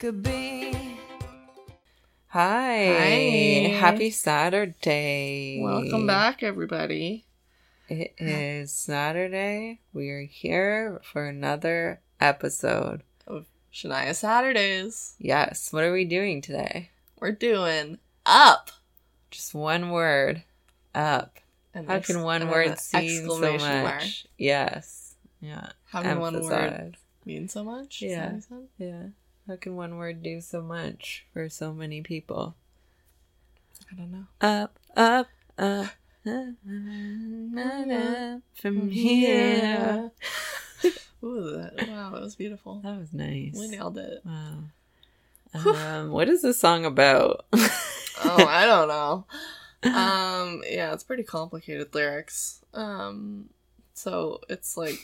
could be. Hi. Hi. Happy Saturday. Welcome back, everybody. It is Saturday. We are here for another episode. Shania Saturdays. Yes. What are we doing today? We're doing up. Just one word. Up. And How ex- can one and an word seem so much? mark. Yes. Yeah. How can one word Emphasize. mean so much? Does that Yeah. make sense? Yeah. How can one word do so much for so many people? I don't know. Up, up, up. From From here. here. Mm-hmm. Ooh, that, wow, that was beautiful. That was nice. We nailed it. Wow. Whew. Um, what is this song about? Oh, I don't know. um yeah it's pretty complicated lyrics um so it's like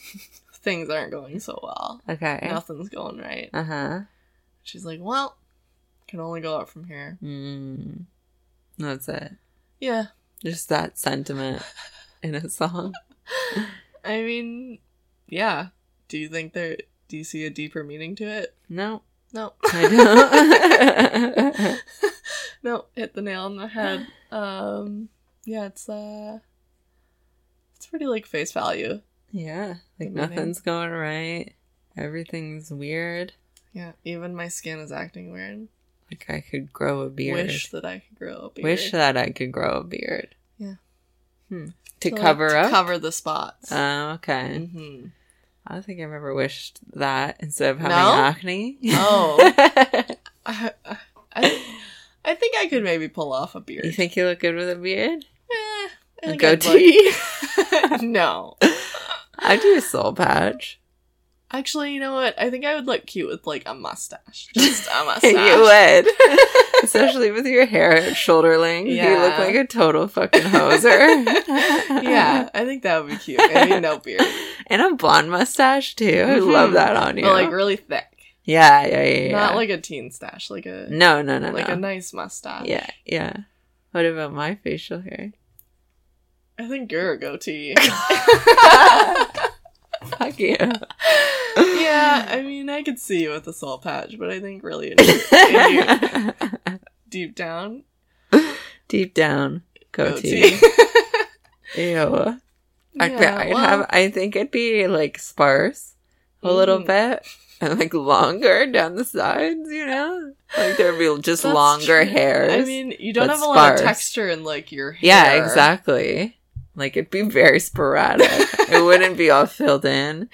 things aren't going so well okay. nothing's going right Uh huh. she's like well can only go up from here Mm. That's it. yeah Just that sentiment in a song. i mean yeah do you think there do you see a deeper meaning to it No, no I don't. no hit the nail on the head um yeah it's uh it's pretty like face value yeah, like Meaning. nothing's going right. Everything's weird. yeah even my skin is acting weird Like I could grow a beard. wish that i could grow a beard Wish that I could grow a beard. Yeah. Hmm. To like, cover to up. cover the spots. Oh, okay. Mhm. I don't think I've ever wished that instead of having No? acne. Oh. I, I, I think I could maybe pull off a beard. you think you look good with a beard? Eh, I A think I'd goatee? look- no, I do a soul patch. actually, you know what? I think I would look cute with like a mustache. Just a mustache. you would. Especially with your hair at shoulder length. You Yeah. look like a total fucking hoser. yeah, I think that would be cute. Maybe no beard, And a blonde mustache too. I love Mhm. that on you. but like really thick, yeah, yeah, yeah, yeah. not like a teen stash, like a No, no, no, like no. a nice mustache. yeah, yeah. What about my facial hair? I think you're a goatee. Fuck you. yeah, I mean, I could see you with a soul patch, but I think really in- deep down, Deep down, goatee. goatee. Ew. I'd, be- Yeah, I'd well, have. I think it'd be like sparse a little Mm. bit, and like longer down the sides. You know, like there'd be just That's longer true. hairs. I mean, you don't but have a lot of sparse. texture in like your hair. yeah, exactly. Like it'd be very sporadic. it wouldn't be all filled in,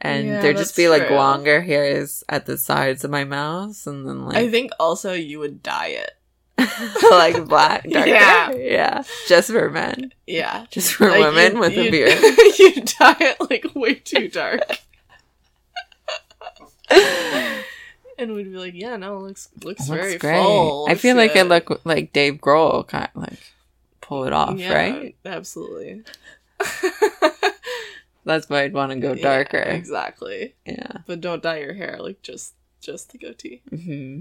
and Yeah, there'd just that's be like true. longer hairs at the sides of my mouth, and then I like think also you would dye it. like black. Dark Yeah. hair. yeah. Just for men, Yeah. just for Like, women you'd- with a you'd- beard. you dye it like way too dark. and we'd be like, yeah, no, it looks It looks looks, very great. full. I looks feel like I good." look like Dave Grohl, kind of like pull it off, Yeah, right? Absolutely. That's why I'd want to go Yeah, darker. Yeah. exactly. But don't dye your hair, like just just the goatee. Mm-hmm.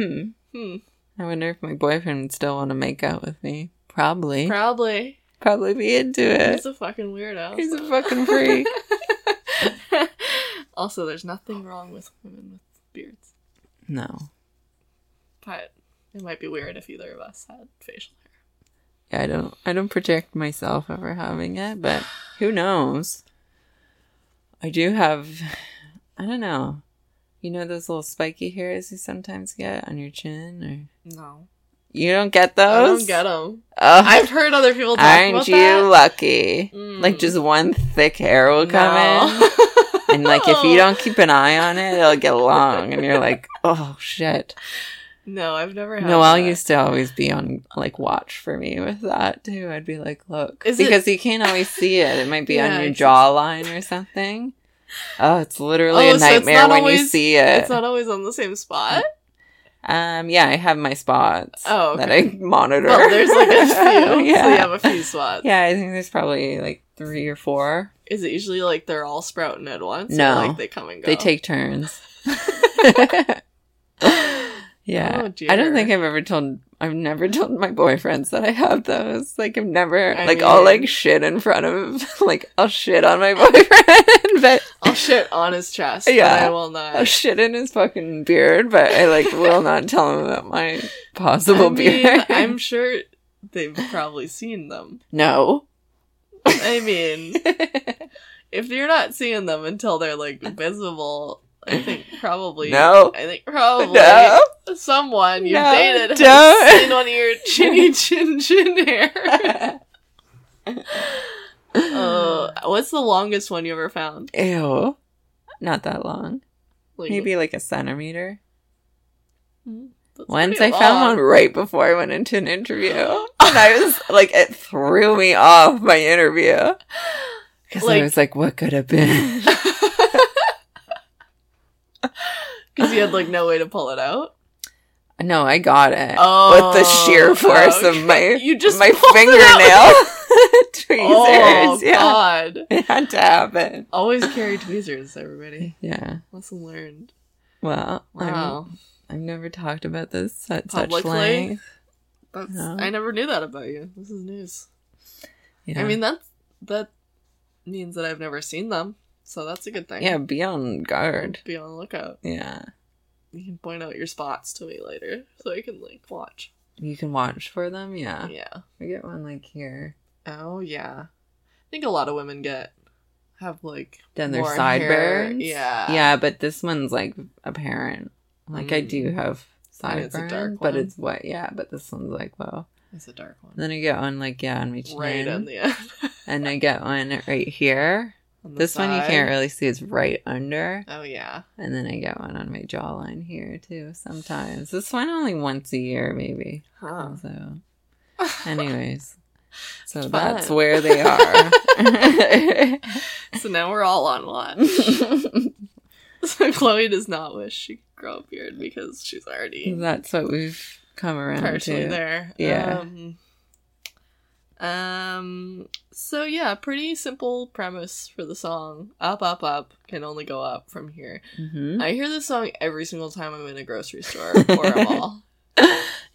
hmm Hmm. Hmm. I wonder if my boyfriend would still want to make out with me. Probably. Probably. Probably be into it. He's a fucking weirdo. He's a fucking freak. also, there's nothing wrong with women with beards, No. but it might be weird if either of us had facial hair. Yeah, I don't. I don't project myself ever having it, but who knows? I do have. I don't know. You know those little spiky hairs you sometimes get on your chin, or No, you don't get those. I don't get them. Oh, I've heard other people talk aren't about you that. lucky? Mm. Like just one thick hair will come in, No. and like if you don't keep an eye on it, it'll get long, and you're like, oh shit. no, I've never had. Noel that. used to always be on like watch for me with that too. I'd be like, look, Is it- because you can't always see it. It might be Yeah, on your it's- jawline or something. Oh, it's literally Oh, a so it's nightmare not when you always- see it. It's not always on the same spot, um, yeah, I have my spots Oh, that I monitor. but there's like a few. yeah. So you have a few spots. yeah, I think there's probably like three or four. Is it usually like they're all sprouting at once? or, No. like they come and go. They take turns. Yeah. Oh, I don't think dear. I've ever told I've never told my boyfriends that I have those. Like I've never I like I'll mean- like shit in front of like I'll shit on my boyfriend, but I'll shit on his chest. Yeah, Yeah. I will not. I'll shit in his fucking beard, but I like will not tell him about my possible I mean, beard. I'm sure they've probably seen them. no. I mean, if you're not seeing them until they're like visible, I think probably No. I think probably No. someone you No, dated don't. has seen one of your chinny chin chin hair. Oh, what's the longest one you ever found? Ew. Not that long. Like, Maybe like a centimeter. that's Once I pretty found long. one right before I went into an interview. And I was like, it threw me off my interview. Because Like- I was like, what could have been? Because you had like no way to pull it out. no, I got it. Oh, With the sheer force of my, You just my pulled it fingernail Oh tweezers. yeah. God! It had to happen. Always carry tweezers, everybody. Yeah. Lesson learned. Well, Wow, I'm, I've never talked about this at such Publicly? length. that's Yeah. I never knew that about you. This is news. Yeah. I mean that's that means that I've never seen them, so that's a good thing. yeah, be on guard. be on the lookout. Yeah. You can point out your spots to me later, so I can like watch. You can watch for them. Yeah. Yeah. We get one like here. Oh yeah. I think a lot of women get have like Then their more hair. sideburns. Yeah. Yeah, but this one's like apparent. Like I Mm. do have I mean, sideburns, it's a dark but one. it's what? Yeah, but this one's like well. It's a dark one. Then I get one like yeah on my chin, right on the end. and I get one right here. On the This one you side. can't really see; it's right under. Oh yeah. And then I get one on my jawline here too. Sometimes this one only once a year, maybe. Huh. So, anyways, so It's that's fun. where they are. so now we're all on watch. So Chloe does not wish she could grow a beard because she's already That's what we've come around partially to. there. Yeah. Um, um, So yeah, pretty simple premise for the song. Up, up, up can only go up from here. Mhm. I hear this song every single time I'm in a grocery store or a mall.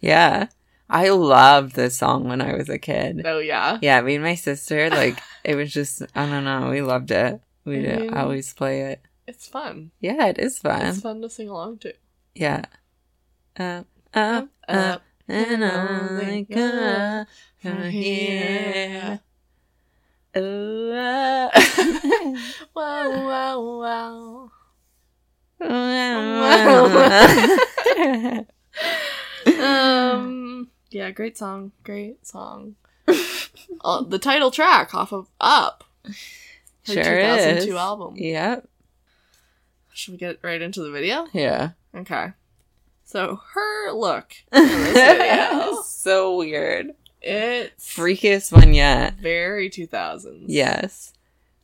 Yeah, I loved this song when I was a kid. Oh yeah. Yeah, me and my sister like it was just I don't know. We loved it. We'd I mean- always play it. It's fun. Yeah, it is fun. It's fun to sing along uh, to. Yeah. Up, up, up, and only God from here. Ooh, ah. Wow, wow, wow. Ooh, ah, ah. um yeah great song great song uh, the title track off of up her Sure 2002 is. album Yep. should we get right into the video Yeah. okay so her look video. so weird. it's Freakiest one yet. very 2000s Yes.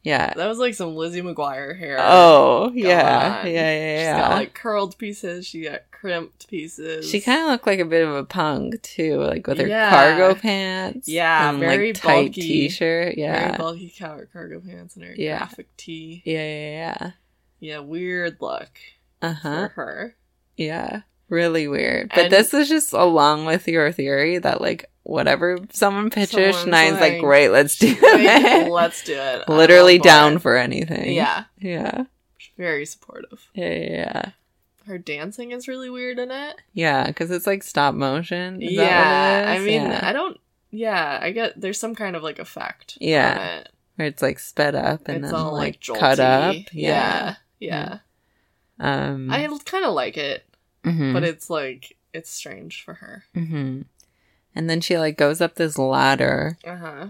Yeah. that was like some lizzie mcguire hair Oh, yeah. on. Yeah, yeah, she's yeah. got like curled pieces she got crimped pieces she kind of looked like a bit of a punk too, like with her Yeah. cargo pants. Yeah, and, very like, tight bulky. t-shirt. very Yeah. bulky car- cargo pants and her Yeah. graphic tee yeah, yeah, yeah. yeah weird look Uh huh. for her Yeah, really weird. But And- this is just along with your theory that like whatever someone pitches, Someone's Shanine's like, like, great, let's do Like, it. let's do it. I'm Literally all for down it. for anything. Yeah, yeah, she's very supportive. yeah, yeah, Her dancing is really weird in it. yeah. Because it's like stop motion. Is yeah, that what it I is? mean, uh, yeah. I don't. Yeah, I get there's some kind of like effect. Yeah, on it. where it's like sped up and it's then all like, like, jolty. cut up. yeah, Yeah, yeah. um, I kind of like it, mhm, but it's like it's strange for her. mhm. And then she like goes up this ladder, Uh huh.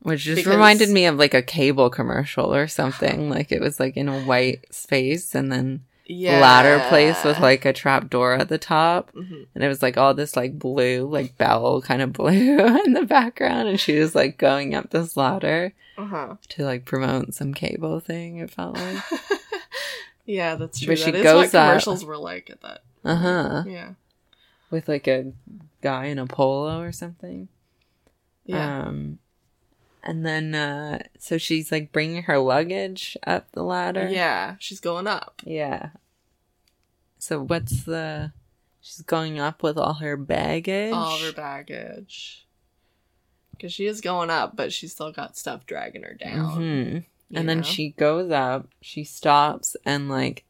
which just Because- reminded me of like a cable commercial or something. Like it was like in a white space, and then Yeah. ladder place with like a trap door at the top. Mhm. And it was like all this like blue, like bell kind of blue in the background. And she was like going up this ladder Uh-huh. to like promote some cable thing, it felt like. yeah, that's true. But That is she goes what up- commercials were like at that. Uh huh. Yeah. With like a guy in a polo or something. Yeah. Um, and then, uh, so she's like bringing her luggage up the ladder. yeah. She's going up. Yeah. So what's the. She's going up with all her baggage. all of her baggage. Because she is going up, but she's still got stuff dragging her down. Mhm. you And then know? she goes up, she stops and like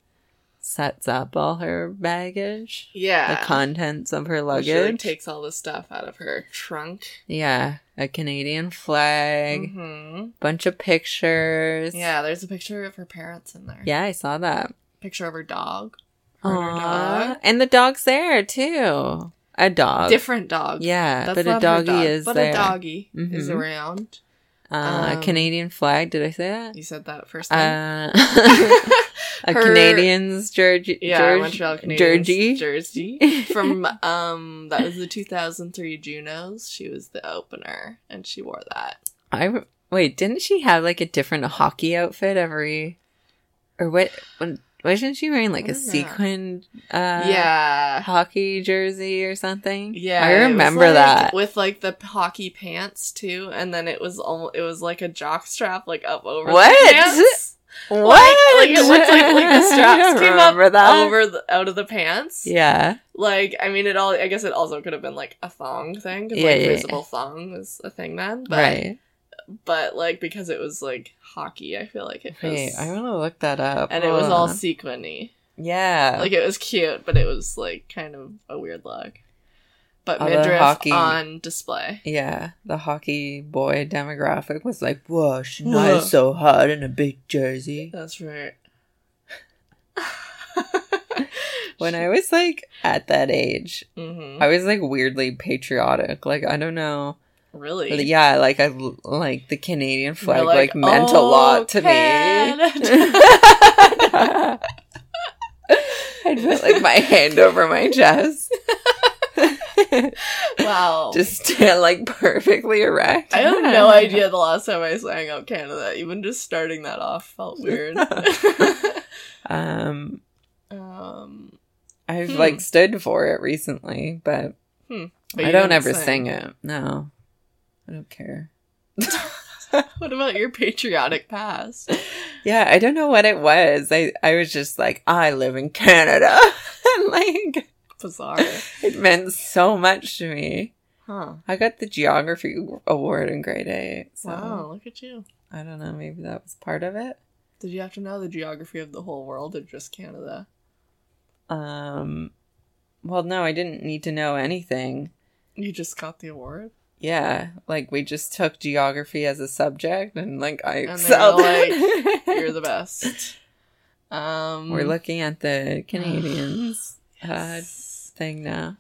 sets up all her baggage, yeah, the contents of her She, luggage. like, takes all the stuff out of her trunk. yeah, a Canadian flag, Mhm. bunch of pictures. Yeah, there's a picture of her parents in there. Yeah, I saw that. picture of her dog, her and her Aww. dog. And the dog's there too. A dog. different dog. Yeah, That's but a not her doggy dog, is but there. a doggy is Mhm. around. Uh, Um, a Canadian flag. Did I say that? You said that first time. Uh, a Her- Canadian's Georgie. yeah, Georg- Montreal Canadiens. Georgie. Jersey. From um, that was the 2003 Junos. She was the opener, and she wore that. I re- wait. Didn't she have like a different hockey outfit every? Or what? when- Wasn't she wearing like I a don't know. sequined uh, yeah, hockey jersey or something? yeah. I it was remember like- that. with like the hockey pants too, and then it was all it was like a jock strap like up over What? the pants. What? Like, like it looked like like the I don't straps came up remember that. over the, out of the pants. Uh? Yeah, Like, I mean, it all. I guess it also could have been like a thong thing. 'cause, Yeah, like, yeah, yeah. visible thong was a thing then. But, right. But like because it was like hockey, I feel like it was. Wait, I want to look that up. and it was Hold all on. sequiny. yeah, Like it was cute, but it was like kind of a weird look. But Although midriff hockey- on display. Yeah, the hockey boy demographic was like, "Whoa, she's Whoa. not so hot in a big jersey." That's right. When I was like at that age, hmm I was like weirdly patriotic. Like I don't know. really Yeah, like I like the Canadian flag You're like, meant a "Oh, lot to me. Canada." I put like my hand over my chest, wow. just stand like perfectly erect. I have no idea the last time I sang out Canada. Even just starting that off felt weird. Um, um, I've Hmm. like stood for it recently, but but I you don't didn't ever sing it. No, I don't care. What about your patriotic past? Yeah, I don't know what it was. I I was just like, I live in Canada, and like Bizarre. it meant so much to me. Huh. I got the geography award in grade eight. So Wow, look at you. I don't know. Maybe that was part of it. Did you have to know the geography of the whole world or just Canada? Um, well, no, I didn't need to know anything. You just got the award? Yeah, like we just took geography as a subject, and like I then excelled. you're at it. You're the best. Um We're looking at the Canadians uh, Yes. thing now.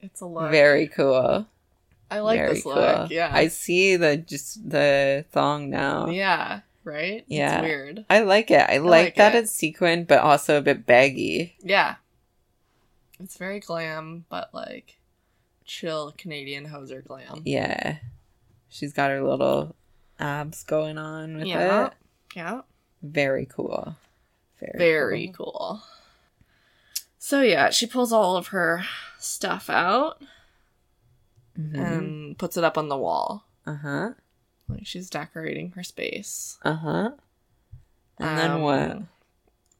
It's a lot. Very cool. I like Very this look. Yeah. I see the just the thong now. yeah, right? Yeah. It's weird. I like it. I like, like that it. it's sequined, but also a bit baggy. Yeah. It's very glam, but like chill Canadian hoser glam. Yeah, she's got her little abs going on with Yeah. it. Yeah. Very cool. Very, Very cool. cool. So yeah, she pulls all of her stuff out Mhm. and puts it up on the wall. Uh huh. Like she's decorating her space. Uh huh. And then Um, what?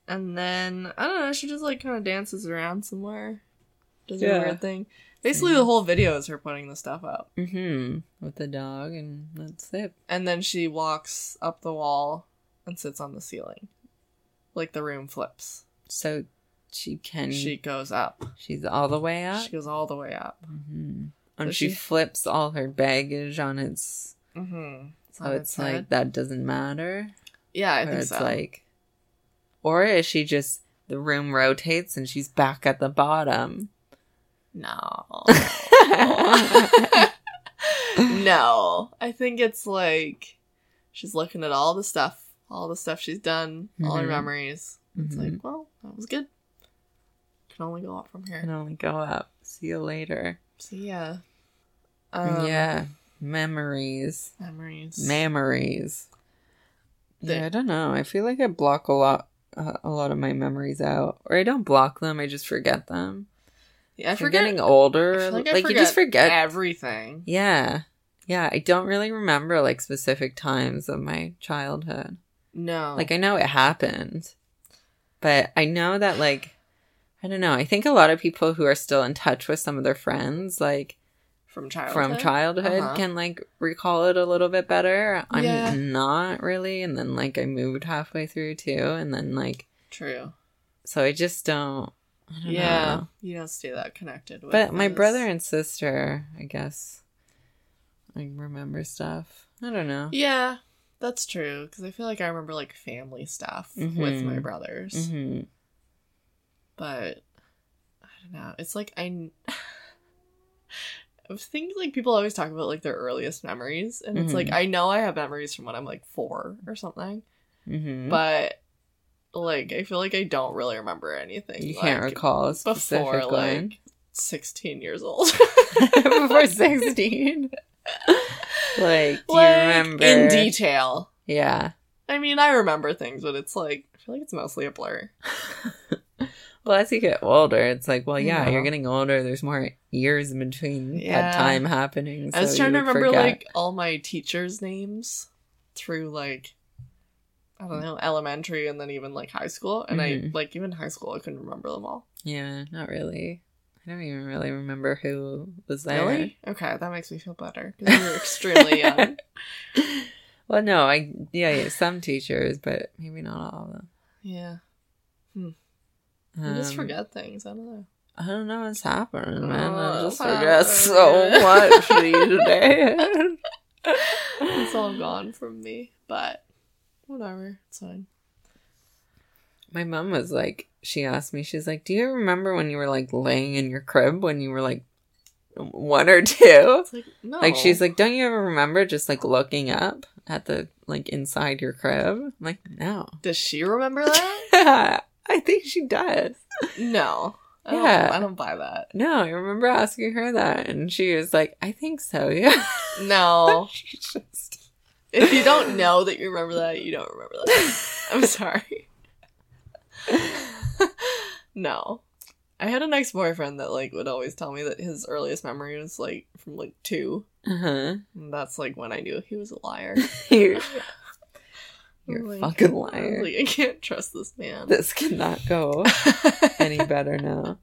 And then I don't know, she just like kind of dances around somewhere, does a Yeah. weird thing. Basically, the whole video is her putting the stuff up, Mm-hmm. With the dog, and that's it. and then she walks up the wall and sits on the ceiling, like the room flips. So she can. She goes up. she's all the way up. She goes all the way up. Mhm. And So she, she- flips all her baggage on its. Mm-hmm. So it's, like that doesn't matter. yeah, I or think it's so. like, or is she just the room rotates and she's back at the bottom? no. no, I think it's like she's looking at all the stuff, all the stuff she's done, all her Mhm. memories. It's Mhm. like, well, that was good. Can only go up from Can here. only go up. See you later. So yeah, um, yeah, memories, memories. memories. The- yeah, I don't know. I feel like I block a lot, uh, a lot of my memories out, or I don't block them. I just forget them. yeah, I If you're forget getting older, I feel like, like I you just forget everything. Yeah. Yeah, I don't really remember like specific times of my childhood. No, Like I know it happened, but I know that like I don't know. I think a lot of people who are still in touch with some of their friends, like from childhood. from childhood, Uh-huh. can like recall it a little bit better. I'm Yeah. not really. And then like I moved halfway through too. And then like, True. so I just don't. I don't yeah. know. You don't stay that connected with But my those. brother and sister, I guess, I remember stuff. I don't know. Yeah, that's true. Because I feel like I remember like family stuff with Mhm. my brothers. hmm But I don't know. It's like I. kn- I was thinking like people always talk about like their earliest memories, and it's like Mhm. I know I have memories from when I'm like four or something, hmm but like I feel like I don't really remember anything. you can't like, recall a specific before one. like sixteen years old. before 16. like, do Like, you remember? in detail? Yeah. I mean, I remember things, but it's like I feel like it's mostly a blur. Well, as you get older, it's like, well, yeah, Yeah. you're getting older. There's more years in between Yeah. that time happening. I was so trying to you would remember forget. like all my teachers' names through like I don't know elementary and then even like high school, and I Mhm. like even high school I couldn't remember them all. Yeah, not really. I don't even really remember who was there. Really? Okay, that makes me feel better because we were extremely young. Well, no, I yeah, yeah, some teachers, but maybe not all of them. Yeah, Um, I just forget things. I don't know. I don't know what's happening, man. I Oh, just wow. forget so much for you today. It's all gone from me, but whatever, it's fine. My mom was like, she asked me, she's like, "Do you remember when you were like laying in your crib when you were like one or two? It's like no, Like she's like, don't you ever remember just like looking up at the like inside your crib? I'm like, no. does she remember that? I think she does. no, I don't, Yeah. I don't buy that. No, I remember asking her that, and she was like, I think so, yeah. No, she just. if you don't know that you remember that, you don't remember that. I'm sorry. no. I had an ex boyfriend that like would always tell me that his earliest memory was like from like two. Uh huh. And that's like when I knew he was a liar. You're, you're Like, a fucking I was liar. like, I can't trust this man. this cannot go any better now.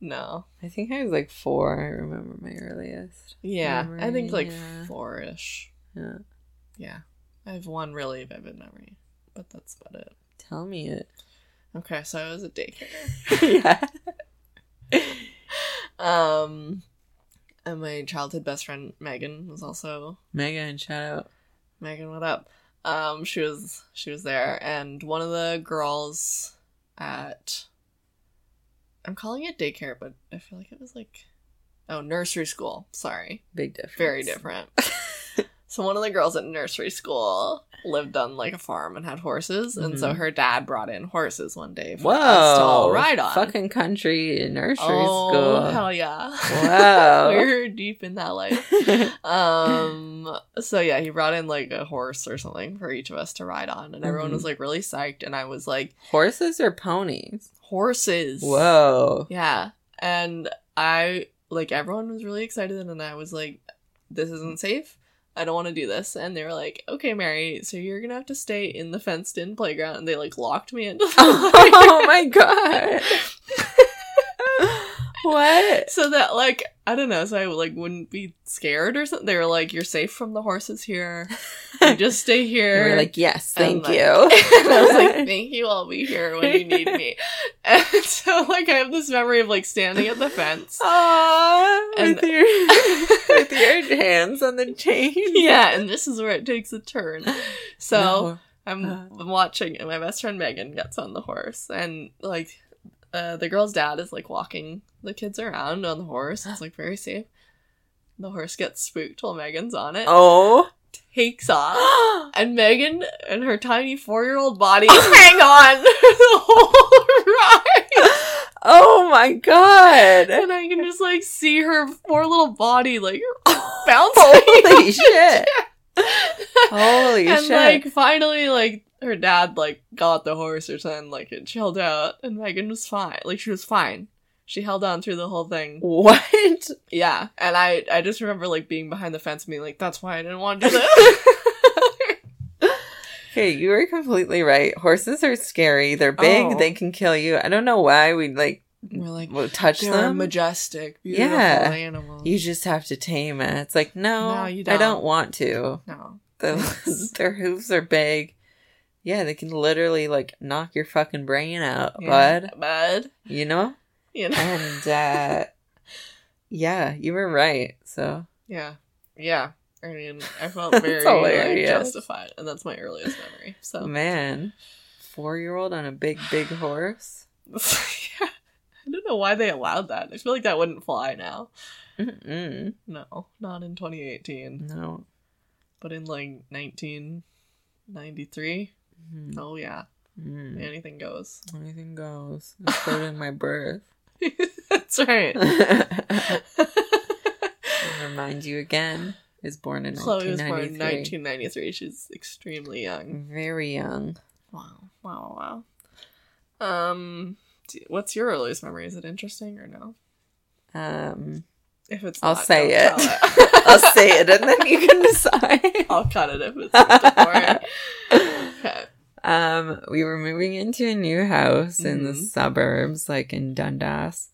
no. I think I was like four. I remember my earliest. Yeah. I think like Memory, yeah. four ish. Yeah. Yeah. I have one really vivid memory, but that's about it. Tell me it. Okay, so I was at daycare. yeah. Um and my childhood best friend Megan was also Megan, shout out. Megan, what up? Um, she was she was there, and one of the girls at I'm calling it daycare, but I feel like it was like oh nursery school. Sorry, Big difference. very different. so one of the girls at nursery school lived on like a farm and had horses, and so Mhm. her dad brought in horses one day for Whoa. us to all ride on. Fucking country nursery oh school. hell yeah! Wow. we were deep in that life um so yeah he brought in like a horse or something for each of us to ride on and everyone Mhm. was like really psyched and i was like Horses or ponies? horses Whoa. yeah and i like everyone was really excited and i was like this isn't safe i don't want to do this and they were like okay mary so you're gonna have to stay in the fenced in playground and they like locked me into the oh my god. what? so that like i don't know so i like wouldn't be scared or something they were like you're safe from the horses here you just stay And here we're like, yes, And, thank like- you. And I was like, thank you, I'll be here when you need me. And so, like, I have this memory of, like, standing at the Oh, fence. Aww, And- with your with your hands on the chain. Yeah, and this is where it takes a turn. So, No. I'm Uh. I'm watching, and my best friend Megan gets on the horse, and, like, uh, the girl's dad is, like, walking the kids around on the horse. It's, like, very safe. The horse gets spooked while Megan's on it, oh, takes off. And Megan and her tiny four year old body hang on the whole ride. oh my god! and I can just like see her poor little body like bouncing. Holy shit! Holy and shit! like finally, like her dad like got the horse or something, like it chilled out, and Megan was fine. Like she was fine. She held on through the whole thing. what? Yeah, and I I just remember like being behind the fence and being like, that's why I didn't want to do that. Okay, you were completely right. Horses are scary. They're big. Oh. They can kill you. I don't know why we like We're like will touch they're them. majestic, beautiful Yeah. animals. you just have to tame it. It's like no, No, you I don't don't. want to. no. The, Yes. their hooves are big. Yeah, they can literally like knock your fucking brain out, Yeah. bud. Bud. You know. You know. And uh, yeah, you were right. So Yeah. Yeah. I mean, I felt That's very like, hilarious. justified, and that's my earliest memory. So, man, four year old on a big big horse. yeah. I don't know why they allowed that. I feel like that wouldn't fly now. Mm-mm. No, not in 2018, No. but in like 1993. Mm. Oh yeah, Mm. anything goes. Anything goes. And So did my birth. that's right. I'll remind you again. Is born in Chloe was born in 1993. 1993. She's extremely young. Very young. Wow. Wow. Wow. wow. Um, do- what's your earliest memory? Is it interesting or no? Um, If it's, I'll not, say don't it. tell it. I'll say it, and then you can decide. I'll cut it if it's not okay. Um, we were moving into a new house in the Mhm. suburbs, like in Dundas.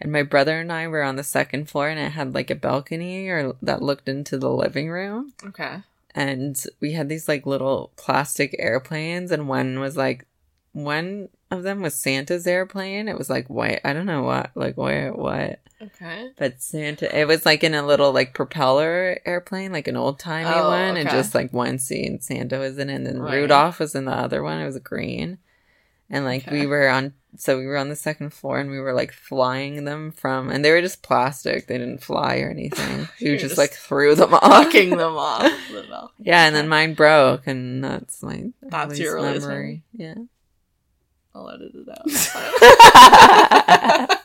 And my brother and I were on the second floor and it had like a balcony or that looked into the living room. Okay. And we had these like little plastic airplanes and one was like one of them was Santa's airplane. It was like white I don't know what like where what. Okay. But Santa it was like in a little like propeller airplane, like an old timey Oh, one, and okay. just like one seat and Santa was in it and then Right. Rudolph was in the other one. It was green. And like we Okay. were on so we were on the second floor and we were like flying them from and they were just plastic. They didn't fly or anything. We You're just, just like threw them off. Knocking them off the bell. Yeah, and then mine broke and that's my That's your earliest memory? Yeah. I'll edit it out. it's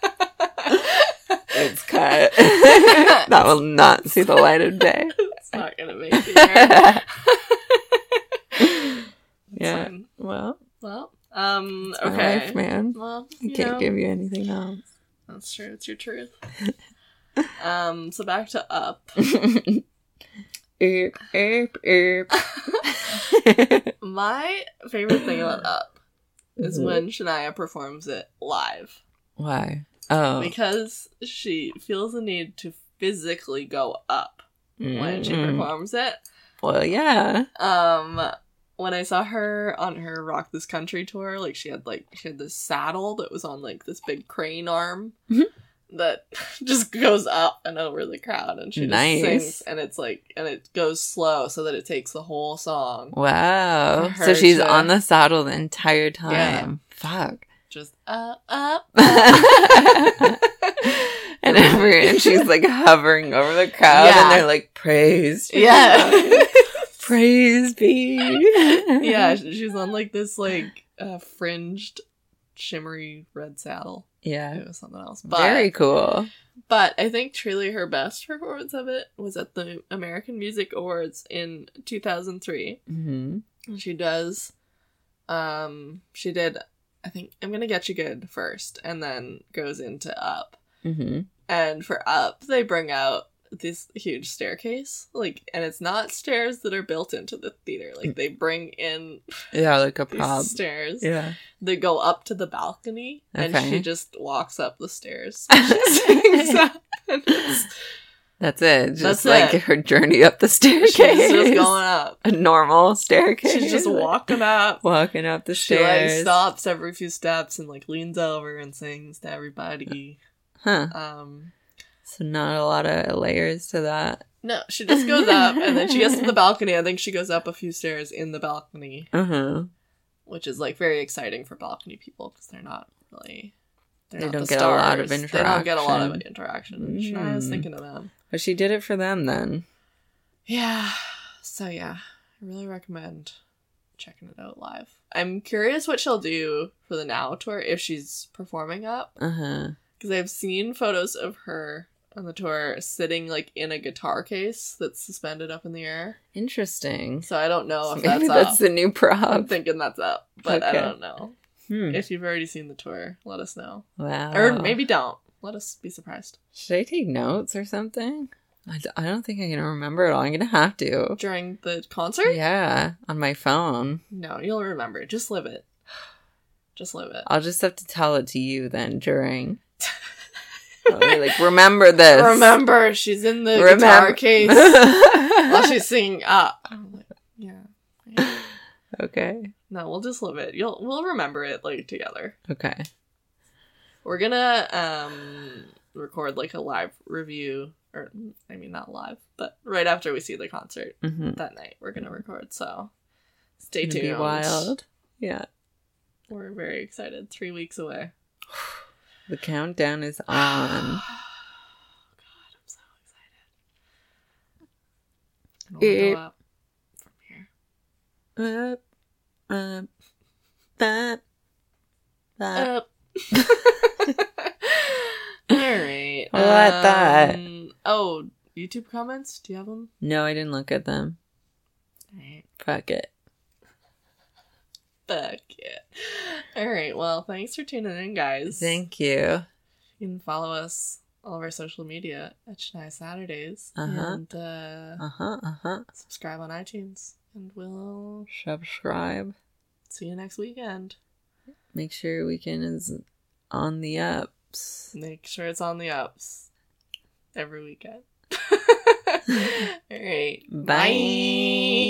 It's cut. that will not see the light of day. It's not gonna make it. Here. It's Yeah. fine. Well, Well. Um. it's my Okay. life, man. Well, I you can't know, give you anything else. that's true. It's your truth. um. So back to up. Erp, erp, erp. My favorite thing about up is Mhm. when Shania performs it live Why? Oh. because she feels the need to physically go up when she Mm-mm. performs it. mm. Well, yeah. Um, when I saw her on her Rock This Country tour, like she had like she had this saddle that was on like this big crane arm Mhm. that just goes up and over the crowd, and she just Nice. sings, and it's like and it goes slow so that it takes the whole song. Wow. For So her she's to- on the saddle the entire time. Yeah. Fuck. Just up, up, up. and every and she's like hovering over the crowd, Yeah. and they're like, "Praise, you." yeah, praise be." yeah. Mm-hmm. sh- She's on like this like uh, fringed, shimmery red saddle. yeah. It was something else, but Very cool. But I think truly her best performance of it was at the American Music Awards in 2003. hmm And She does, um, she did, I think, I'm gonna get you good first, and then goes into up. hmm And for up, they bring out this huge staircase, like, and it's not stairs that are built into the theater. Like, they bring in Yeah, like a these prop. stairs Um, Yeah. that go up to the balcony, Okay. and she just walks up the stairs. She sings up, and it's That's it. Just That's like it. her journey up the staircase. She's just going up. a normal staircase. She's just like, walking up. walking up the She like stairs. stops every few steps and like leans over and sings to everybody. Huh. Um So not a lot of layers to that. no, she just goes up and then she gets to the balcony. I think she goes up a few stairs in the balcony, Uh huh. which is like very exciting for balcony people because they're not really they're They not don't the get a lot stars. of They don't get a lot of interaction. interaction. And she- I was Mm. thinking of them. But she did it for them then. Yeah. So yeah, I really recommend checking it out live. I'm curious what she'll do for the Now tour if she's performing up Uh huh. because I've seen photos of her on the tour sitting like in a guitar case that's suspended up in the air. Interesting. So I don't know if Maybe that's, that's up. the new I'm prop. thinking that's up, but I Okay. don't know. Hmm. If you've already seen the tour, let us know. Wow. Or maybe don't. Let us be surprised. should I take notes or something? I, d- I don't think I can remember it all. I'm gonna have to. during the concert? Yeah, on my phone. No, you'll remember. Just live it. Just live it. I'll just have to tell it to you then during. I'll be like, remember this. Remember, she's in the guitar Remem- case while she's singing up. I'm like, yeah. yeah. okay. No, we'll just live it. You'll we'll remember it like together. Okay. We're gonna um record like a live review, or I mean not live, but right after we see the concert Mm-hmm. that night, we're gonna record. So stay tuned. Be wild. Yeah. We're very excited. Three weeks away. The countdown is on. God, I'm so excited. And we'll It- go up from here. up, up, that, that. Up. All right. I like that. Um, Oh, YouTube comments? Do you have them? no, I didn't look at them. Fuck it. Fuck it. All right. Well, thanks for tuning in, guys. Thank you. You can follow us all of our social media at Chennai Saturdays Uh-huh. and uh, Uh huh. Uh huh. subscribe on iTunes. And we'll Subscribe. see you next weekend. Make sure weekend is on the ups. Make sure it's on the ups every weekend. all right. Bye.